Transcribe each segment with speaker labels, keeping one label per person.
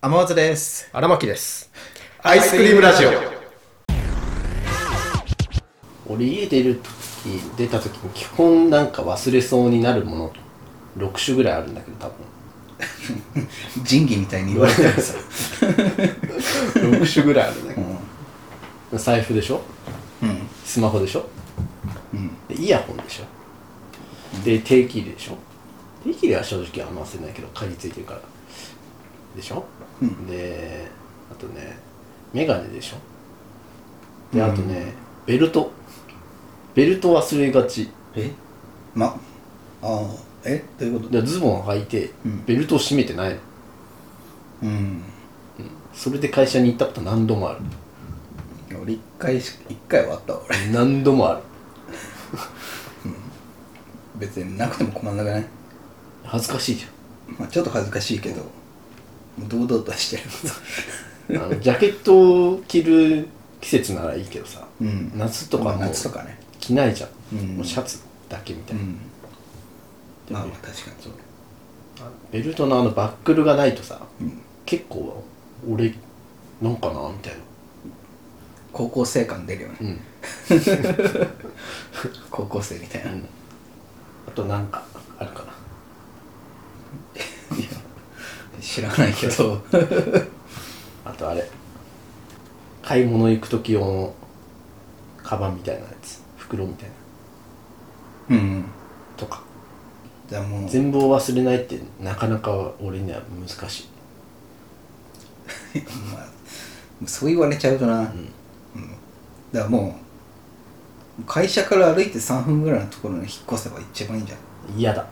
Speaker 1: 天松です
Speaker 2: 荒牧です
Speaker 1: アイスクリームラジオ
Speaker 3: 俺家出る時出た時に基本なんか忘れそうになるもの6種ぐらいあるんだけど多
Speaker 1: 仁義みたいに言われてるさ
Speaker 3: 分6種ぐらいあるんだけ
Speaker 1: うん
Speaker 3: ど財布でしょ
Speaker 1: うん
Speaker 3: スマホでしょ
Speaker 1: うん
Speaker 3: でイヤホンでしょで定期入れでしょ定期入れは正直あんま忘れないけど鍵ついてるからでしょ、
Speaker 1: うん
Speaker 3: であとねメガネでしょであとね、ベルトベルト忘れがち
Speaker 1: えまああえどういうこと
Speaker 3: でズボン履いて
Speaker 1: うん
Speaker 3: ベルトを締めてないの、
Speaker 1: うん
Speaker 3: それで会社に行ったこと何度もある
Speaker 1: 俺一回し一回はあったわ俺
Speaker 3: 何度もある
Speaker 1: 別になくても困んなくない、
Speaker 3: 恥ずかしいじ
Speaker 1: まあ、ちょっと恥ずかしいけどもう堂々としてる
Speaker 3: ゃんあのジャケットを着る季節ならいいけどさ、
Speaker 1: うん
Speaker 3: 夏とか
Speaker 1: まあ
Speaker 3: も
Speaker 1: 夏とかね
Speaker 3: 着ないじゃん、
Speaker 1: うん
Speaker 3: もうシャツだけみた
Speaker 1: う
Speaker 3: いな、
Speaker 1: ん
Speaker 3: で
Speaker 1: まあ
Speaker 3: も
Speaker 1: まあ確かにそう
Speaker 3: ベルトのあのバックルがないとさ、
Speaker 1: うん
Speaker 3: 結構俺なんかなみたいな
Speaker 1: 高校生感出るよね、
Speaker 3: うん、
Speaker 1: 高校生みたいな、
Speaker 3: うんあとなんかあるかな
Speaker 1: 知らないけど
Speaker 3: あとあれ買い物行く時用のカバンみたいなやつ袋みたいな
Speaker 1: うん
Speaker 3: とか
Speaker 1: じゃあもう
Speaker 3: 全部を忘れないってなかなか俺には難しい
Speaker 1: まあ、そう言われちゃうとな、うんだからもう会社から歩いて3分ぐらいのところに引っ越せば一番いいんじゃん
Speaker 3: 嫌だ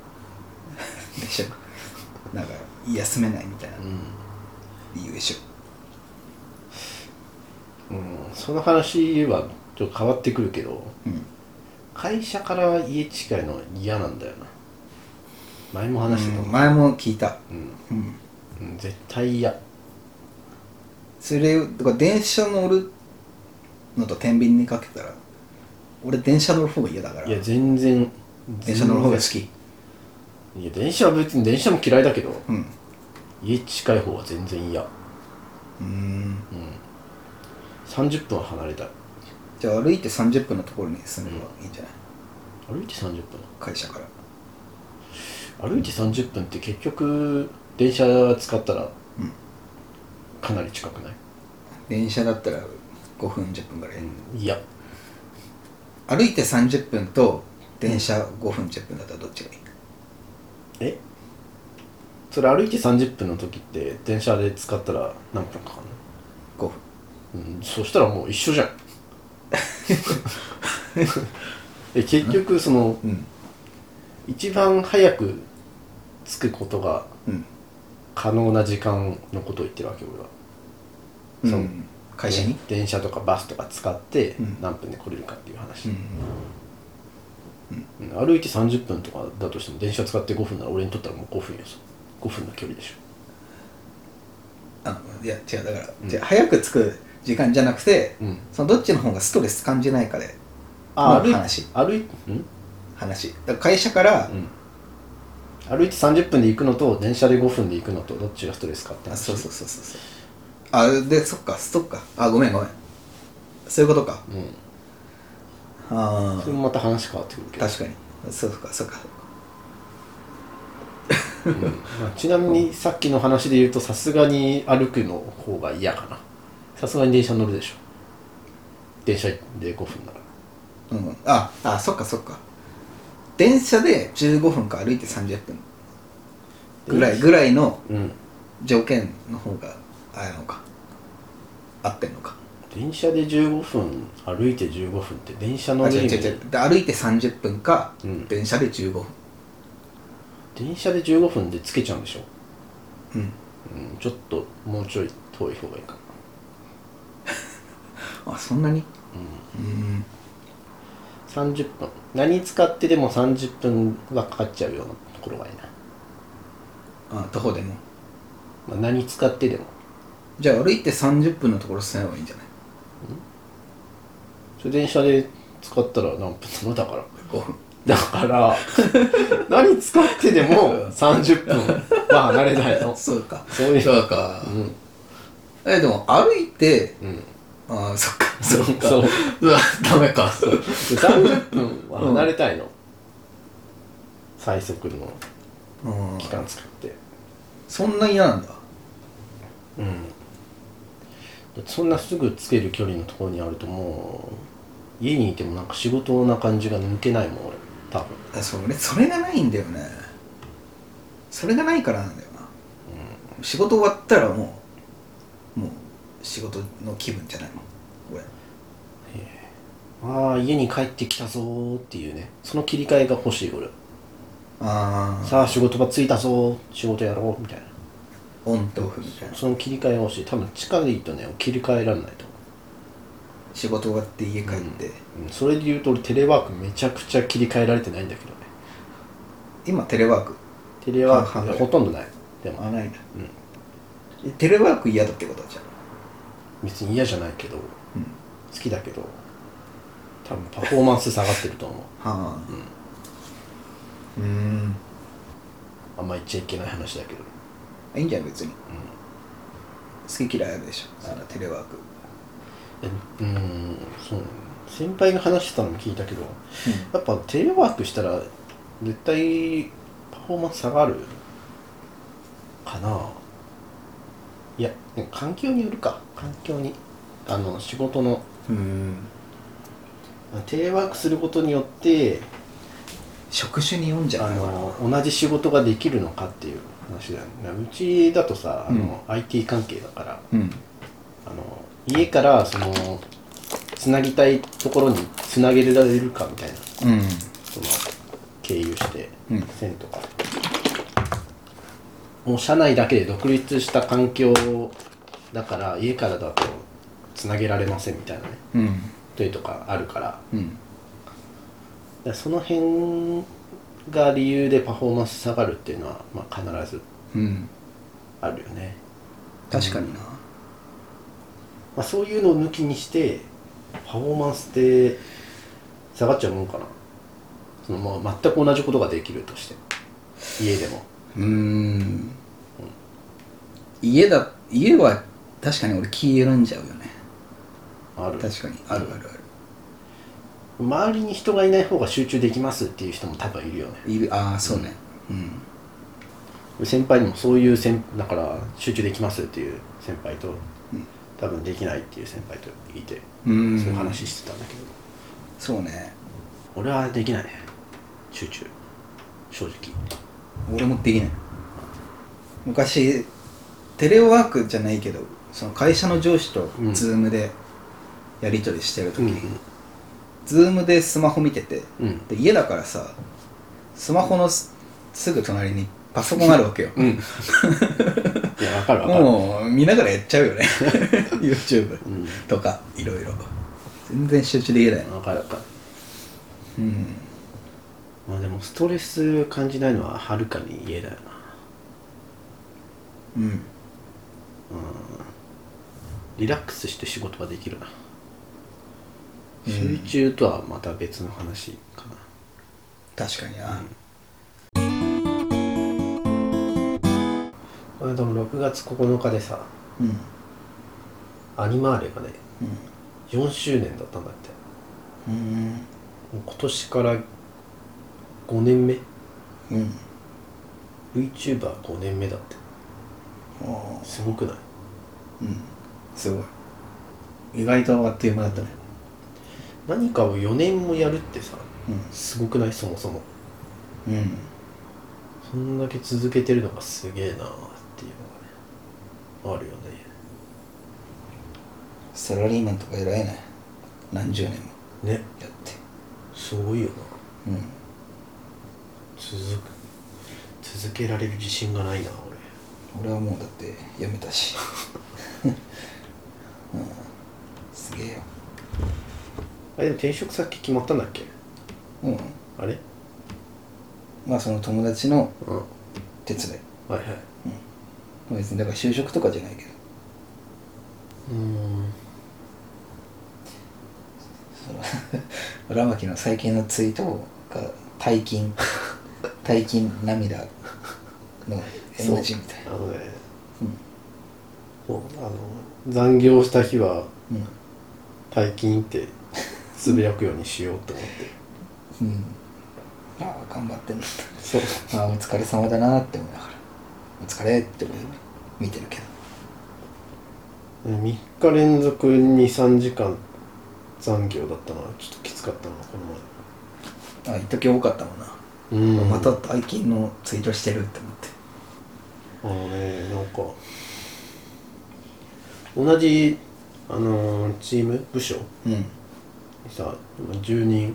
Speaker 1: でしょなんか休めないみたいな
Speaker 3: う
Speaker 1: 理由でしょ
Speaker 3: ん、うん、その話はちょっと変わってくるけど
Speaker 1: うん
Speaker 3: 会社から家近いのは嫌なんだよな前も話してたもん、
Speaker 1: 前も聞いた、
Speaker 3: うん
Speaker 1: うん、
Speaker 3: うん絶対嫌
Speaker 1: それとか電車乗るのと天秤にかけたら俺電車乗る方が嫌だから
Speaker 3: いや全然
Speaker 1: 電車乗る方が好き
Speaker 3: いや電車は別に電車も嫌いだけど
Speaker 1: うん
Speaker 3: 家近い方は全然嫌うん
Speaker 1: うーん
Speaker 3: 30分は離れたい
Speaker 1: じゃあ歩いて30分のところに住めばいいんじゃない、
Speaker 3: 歩いて30分
Speaker 1: 会社から
Speaker 3: 歩いて30分って結局電車使ったら
Speaker 1: うん
Speaker 3: かなり近くない、
Speaker 1: 電車だったら5分10分ぐらい、
Speaker 3: いや
Speaker 1: 歩いて30分と電車5分10分だったらどっちがいい
Speaker 3: えそれ歩いて30分の時って電車で使ったら何分かかんの
Speaker 1: ?5 分
Speaker 3: うん、そしたらもう一 緒じゃんえ結局その
Speaker 1: うん
Speaker 3: 一番早く着くことが
Speaker 1: うん
Speaker 3: 可能な時間のことを言ってるわけ俺は
Speaker 1: うん、
Speaker 3: そう
Speaker 1: 会社に
Speaker 3: ね電車とかバスとか使って
Speaker 1: うん
Speaker 3: 何分で来れるかっていう話、
Speaker 1: うん
Speaker 3: うん歩いて30分とかだとしても電車使って5分なら俺にとったらもう5分よさ5分の距離でし
Speaker 1: あいや違うだから、
Speaker 3: うん
Speaker 1: じゃあ早く着く時間じゃなくて
Speaker 3: ょ、うん、
Speaker 1: そのどっちの方がストレス感じないかで
Speaker 3: あ
Speaker 1: の
Speaker 3: 歩い
Speaker 1: 話
Speaker 3: 歩いうん
Speaker 1: 話だから会社から、
Speaker 3: うん、歩いて30分で行くのと電車で5分で行くのとどっちがストレスかって
Speaker 1: あ
Speaker 3: 話
Speaker 1: そうそうそうそうそうあでそっかそっかあごめんごめんそういうことか
Speaker 3: う、ん、
Speaker 1: あ
Speaker 3: それ
Speaker 1: あ
Speaker 3: もまた話変わってくるけど
Speaker 1: 確かにそうかそうか
Speaker 3: うんまあちなみにさっきの話で言うとさすがに歩くの方が嫌かなさすがに電車乗るでしょ電車で5分なら
Speaker 1: うんああそっかそっか電車で15分か歩いて30分ぐらいぐらいの
Speaker 3: うん
Speaker 1: 条件の方があれなのか合ってんのか
Speaker 3: 電車で15分歩いて15分って電車乗
Speaker 1: あ
Speaker 3: る
Speaker 1: 違う
Speaker 3: 意
Speaker 1: 違う
Speaker 3: 味
Speaker 1: 違うで歩いて30分か、
Speaker 3: うん
Speaker 1: 電車で15分
Speaker 3: 電車で15分でつけちゃうんでしょ、
Speaker 1: うん
Speaker 3: うん、ちょっともうちょい遠い方がいいかな
Speaker 1: あそんなにうん
Speaker 3: 30分何使ってでも30分はかかっちゃうようなところがいいな、
Speaker 1: あ徒歩でも
Speaker 3: まあ、何使ってでも
Speaker 1: じゃあ歩いて30分のところ住めばいいんじゃない
Speaker 3: それ電車で使ったら何分なのだから
Speaker 1: 5分
Speaker 3: だから何使ってでも30分は離れないの
Speaker 1: そうか
Speaker 3: そういう
Speaker 1: そうか
Speaker 3: うん
Speaker 1: えでも歩いて
Speaker 3: うん
Speaker 1: ああそっかそっか
Speaker 3: そう
Speaker 1: うわダメかそう
Speaker 3: 30分は離れたいの、最速の
Speaker 1: うん
Speaker 3: 期間作って
Speaker 1: そんな嫌なんだ
Speaker 3: うんだってそんなすぐつける距離のところにあるともう家にいてもなんか仕事な感じが抜けないもん俺多分
Speaker 1: あそれそれがないんだよねそれがないからなんだよな、仕事終わったらもうもう仕事の気分じゃないもん俺
Speaker 3: ああ家に帰ってきたぞーっていうねその切り替えが欲しい俺
Speaker 1: ああ
Speaker 3: さあ仕事場着いたぞー仕事やろうみたいな
Speaker 1: オンとオフみたいな
Speaker 3: その切り替えが欲しい多分近いとね切り替えられないと思
Speaker 1: 仕事終わって家帰って、
Speaker 3: う、うん、それで言うと俺テレワークめちゃくちゃ切り替えられてないんだけどね
Speaker 1: 今テレワーク
Speaker 3: テレワ
Speaker 1: 半
Speaker 3: ー
Speaker 1: 々
Speaker 3: クほとんどないでも
Speaker 1: あないな、えテレワーク嫌だってことじゃん
Speaker 3: 別に嫌じゃないけど、
Speaker 1: うん
Speaker 3: 好きだけど多分パフォーマンス下がってると思う
Speaker 1: はあうんん
Speaker 3: あんま言っちゃいけない話だけど
Speaker 1: いいんじゃん別に、好き嫌いあるでしょそんなテレワーク、
Speaker 3: えうーんそう先輩が話してたのも聞いたけどやっぱテレワークしたら絶対パフォーマンス下がるかないやでも環境によるか環境にあの仕事の
Speaker 1: うん
Speaker 3: テレワークすることによって
Speaker 1: 職種によんじゃ
Speaker 3: あ
Speaker 1: ないかな
Speaker 3: の同じ仕事ができるのかっていう話だよねうちだとさあの、IT 関係だから
Speaker 1: うん
Speaker 3: あの家からそのつなぎたいところにつなげられるかみたいな
Speaker 1: うん
Speaker 3: その経由して
Speaker 1: うん
Speaker 3: 線とか、もう社内だけで独立した環境だから家からだとつなげられませんみたいなね
Speaker 1: うん
Speaker 3: というとかあるからだか
Speaker 1: うん
Speaker 3: らその辺が理由でパフォーマンス下がるっていうのは、まあ、必ず
Speaker 1: うん
Speaker 3: あるよね、
Speaker 1: 確かにな
Speaker 3: まあ、そういうのを抜きにしてパフォーマンスって下がっちゃうもんかなそのもう全く同じことができるとして家でも
Speaker 1: うん家だ家は確かに俺気緩んじゃうよね
Speaker 3: ある
Speaker 1: 確かにあるあるある
Speaker 3: 周りに人がいない方が集中できますっていう人も多分いるよね
Speaker 1: いるああそうねうん
Speaker 3: 先輩にもそういう先だから集中できますっていう先輩と、多分できないっていう先輩といて、
Speaker 1: うん
Speaker 3: そういう話してたんだけど
Speaker 1: そうね
Speaker 3: 俺はできないね集中正直
Speaker 1: 俺もできない昔テレワークじゃないけどその会社の上司と
Speaker 3: うん
Speaker 1: Zoom でやり取りしてる時
Speaker 3: うん
Speaker 1: に、Zoom でスマホ見てて
Speaker 3: うん
Speaker 1: で家だからさスマホのすすぐ隣にパソコンあるわけよ
Speaker 3: うんいやわかるわかる
Speaker 1: もう見ながらやっちゃう よね YouTube
Speaker 3: うん
Speaker 1: とかいろいろ全然集中できないな
Speaker 3: わかるわかる
Speaker 1: うん
Speaker 3: まあでもストレス感じないのははるかに家だよな
Speaker 1: うん
Speaker 3: リラックスして仕事ができるな
Speaker 1: うん
Speaker 3: 集中とはまた別の話かな、
Speaker 1: 確かにな
Speaker 3: この間も6月9日でさ
Speaker 1: うん
Speaker 3: アニマーレがね
Speaker 1: うん
Speaker 3: 4周年だったんだって
Speaker 1: うん
Speaker 3: もう今年から5年目
Speaker 1: うん
Speaker 3: VTuber5 年目だって
Speaker 1: あー
Speaker 3: すごくない
Speaker 1: うんすごい意外とあっという間だったね
Speaker 3: 何かを4年もやるってさ
Speaker 1: う
Speaker 3: すごくないそもそも
Speaker 1: んうん
Speaker 3: そんだけ続けてるのがすげえなっていうのがねあるよね
Speaker 1: サラリーマンとか偉いね何十年も
Speaker 3: ね
Speaker 1: やって
Speaker 3: すごいよな
Speaker 1: うん
Speaker 3: 続く続けられる自信がないな俺
Speaker 1: 俺はもうだって辞めたし、 うん、すげえよ
Speaker 3: あれでも転職先決まったんだっけ
Speaker 1: うん
Speaker 3: あれ
Speaker 1: まあその友達の
Speaker 3: うんは
Speaker 1: 手伝い
Speaker 3: いはい
Speaker 1: 別にだから就職とかじゃないけど
Speaker 3: うーん
Speaker 1: その 荒牧の最近の ツイートが大金大金涙の
Speaker 3: そう
Speaker 1: NG みたいな
Speaker 3: あのね
Speaker 1: うん
Speaker 3: そうあの残業した日は
Speaker 1: うん
Speaker 3: 退勤ってつぶやくようにしよう と思って
Speaker 1: うんああ頑張ってんだ
Speaker 3: そう
Speaker 1: ああお疲れ様だなって思いながらお疲れって思いながら見てるけど
Speaker 3: 3日連続23時間残業だったのはちょっときつかったなこの
Speaker 1: ああ一時多かったもんな、
Speaker 3: 前
Speaker 1: また最近のツイートしてるって思って
Speaker 3: あのねなんか同じあのーチーム部署に
Speaker 1: うん
Speaker 3: さ今10人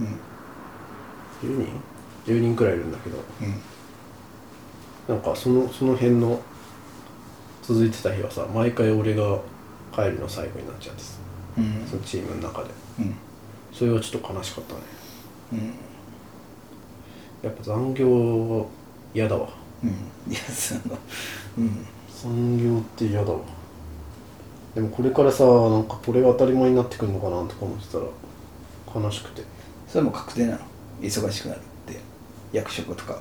Speaker 1: うん
Speaker 3: 10人 ?10 人くらいいるんだけど
Speaker 1: うん
Speaker 3: なんかそのその辺の続いてた日はさ毎回俺が帰りの最後になっちゃってさ
Speaker 1: うん
Speaker 3: そのチームの中で
Speaker 1: うん
Speaker 3: それはちょっと悲しかったね
Speaker 1: うん
Speaker 3: やっぱ残業嫌だわ
Speaker 1: うんいやそのうん
Speaker 3: 残業って嫌だわでもこれからさなんかこれが当たり前になってくるのかなとか思ってたら悲しくて
Speaker 1: それも確定なの忙しくなるって役職とか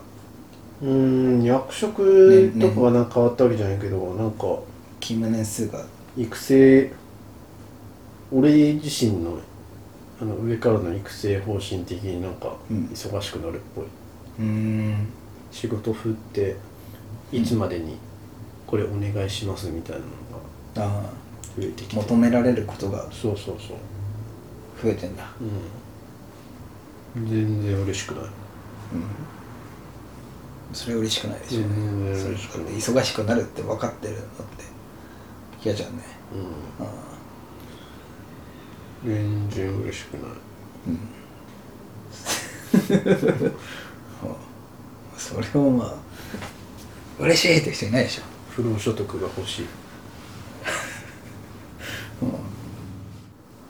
Speaker 3: うーん役職とかはなんか変わったわけじゃないけど、なんか
Speaker 1: 勤務年数が
Speaker 3: 育成俺自身のあの上からの育成方針的になんか
Speaker 1: うん
Speaker 3: 忙しくなるっぽい、
Speaker 1: うん
Speaker 3: 仕事振っていつまでにこれお願いしますみたいなのが
Speaker 1: ああ
Speaker 3: 増えてきて
Speaker 1: 求められることが
Speaker 3: そうそうそう
Speaker 1: 増えてんだ
Speaker 3: うん全然嬉しくない
Speaker 1: うんそれは嬉しくないでしょうね
Speaker 3: 全然
Speaker 1: それ
Speaker 3: 嬉しくない
Speaker 1: 忙しくなるって分かってるのって嫌じゃんね
Speaker 3: う
Speaker 1: ああ
Speaker 3: ん全然嬉しくない
Speaker 1: うん はあそれをまあ嬉しいって人いないでしょ
Speaker 3: 不労所得が欲しいも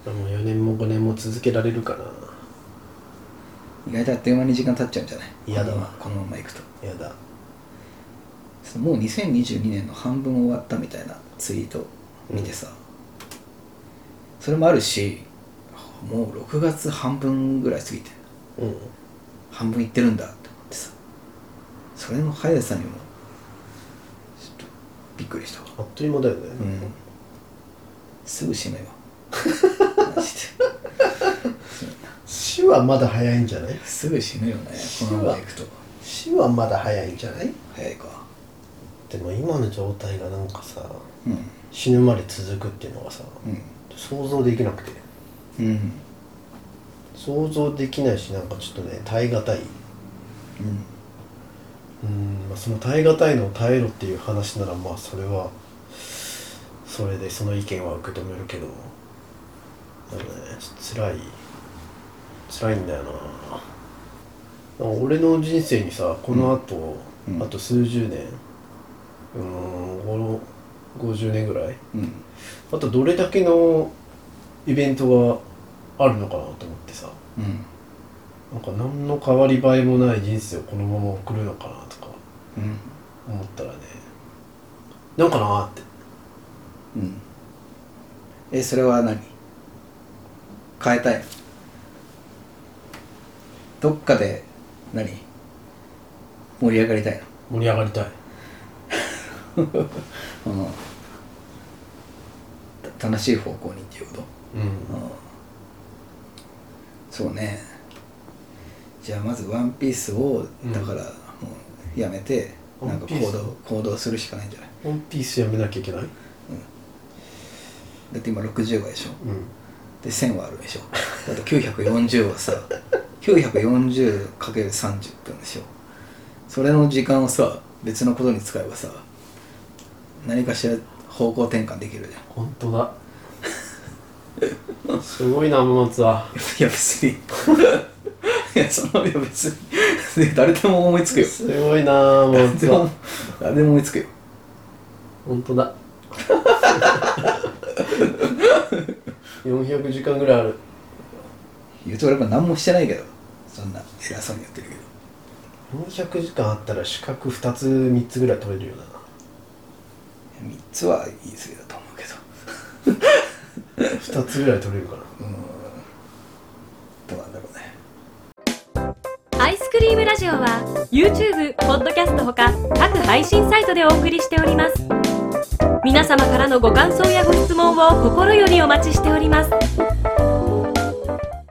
Speaker 3: う4年も5年も続けられるかな
Speaker 1: 意外とあっという間に時間経っちゃうんじゃない
Speaker 3: 嫌だわ
Speaker 1: このままこのままいくと
Speaker 3: やだ
Speaker 1: そのもう2022年の半分終わったみたいなツイート見てさ、それもあるしもう6月半分ぐらい過ぎて
Speaker 3: うん
Speaker 1: 半分いってるんだって思ってさそれの速さにもちょっとびっくりしたわ
Speaker 3: あっという間だよね、
Speaker 1: うんすぐ締 めようマジ
Speaker 3: 死はまだ早いんじゃない
Speaker 1: ですぐ締めようね
Speaker 3: 死
Speaker 1: こ
Speaker 3: は
Speaker 1: のままいくと
Speaker 3: 死はまだ早いんじゃない
Speaker 1: 早いか
Speaker 3: でも今の状態がなんかさ
Speaker 1: うん
Speaker 3: 死ぬまで続くっていうのがさ想像できなくて
Speaker 1: うんうん
Speaker 3: 想像できないしなんかちょっとね耐え難い
Speaker 1: うん
Speaker 3: うん、まあ、その耐え難いのを耐えろっていう話ならまあそれはそれでその意見は受け止めるけどでもねちょっと辛い辛いんだよななんか俺の人生にさこの後、
Speaker 1: うん
Speaker 3: あと数十年うーんご50年ぐらい
Speaker 1: うん
Speaker 3: あとどれだけのイベントがあるのかなと思ってさ
Speaker 1: うん
Speaker 3: なんか何の変わり映えもない人生をこのまま送るのかなとか
Speaker 1: うん
Speaker 3: 思ったらねなんかなーって
Speaker 1: うんえそれは何変えたいのどっかで何盛り上がりたい
Speaker 3: 盛り上がりたい
Speaker 1: の、うん、た楽しい方向にっていうこと、
Speaker 3: うん
Speaker 1: うん、そうねじゃあまず「ワンピースを
Speaker 3: うん
Speaker 1: だからもうやめて、なんか行
Speaker 3: ワンピ
Speaker 1: 動
Speaker 3: ー
Speaker 1: 行動するしかないんじゃない
Speaker 3: ワンピースやめなきゃいけない
Speaker 1: だって今60話でしょ
Speaker 3: うん
Speaker 1: で1000はあるでしょあと940はさ 940×30 分でしょそれの時間をさ別のことに使えばさ何かしら方向転換できるじゃん
Speaker 3: 本当だすごいな松はい
Speaker 1: や別にいやそのいや別にね誰でも思いつくよ
Speaker 3: すごいな
Speaker 1: 誰で
Speaker 3: 松
Speaker 1: も
Speaker 3: は
Speaker 1: 誰でも思いつくよ
Speaker 3: 本当 だ400時間ぐらいある
Speaker 1: 言うと俺は何もしてないけどそんな偉そうにやってるけど
Speaker 3: 400時間あったら資格2つ3つぐらい取れるよな
Speaker 1: 3つは言い過ぎだと思うけど
Speaker 3: 2つぐらい取れるかな
Speaker 1: どうなんだろうね
Speaker 2: アイスクリームララジオは YouTube、Podcast ほか各配信サイトでお送りしております皆様からのご感想やご質問を心よりお待ちしております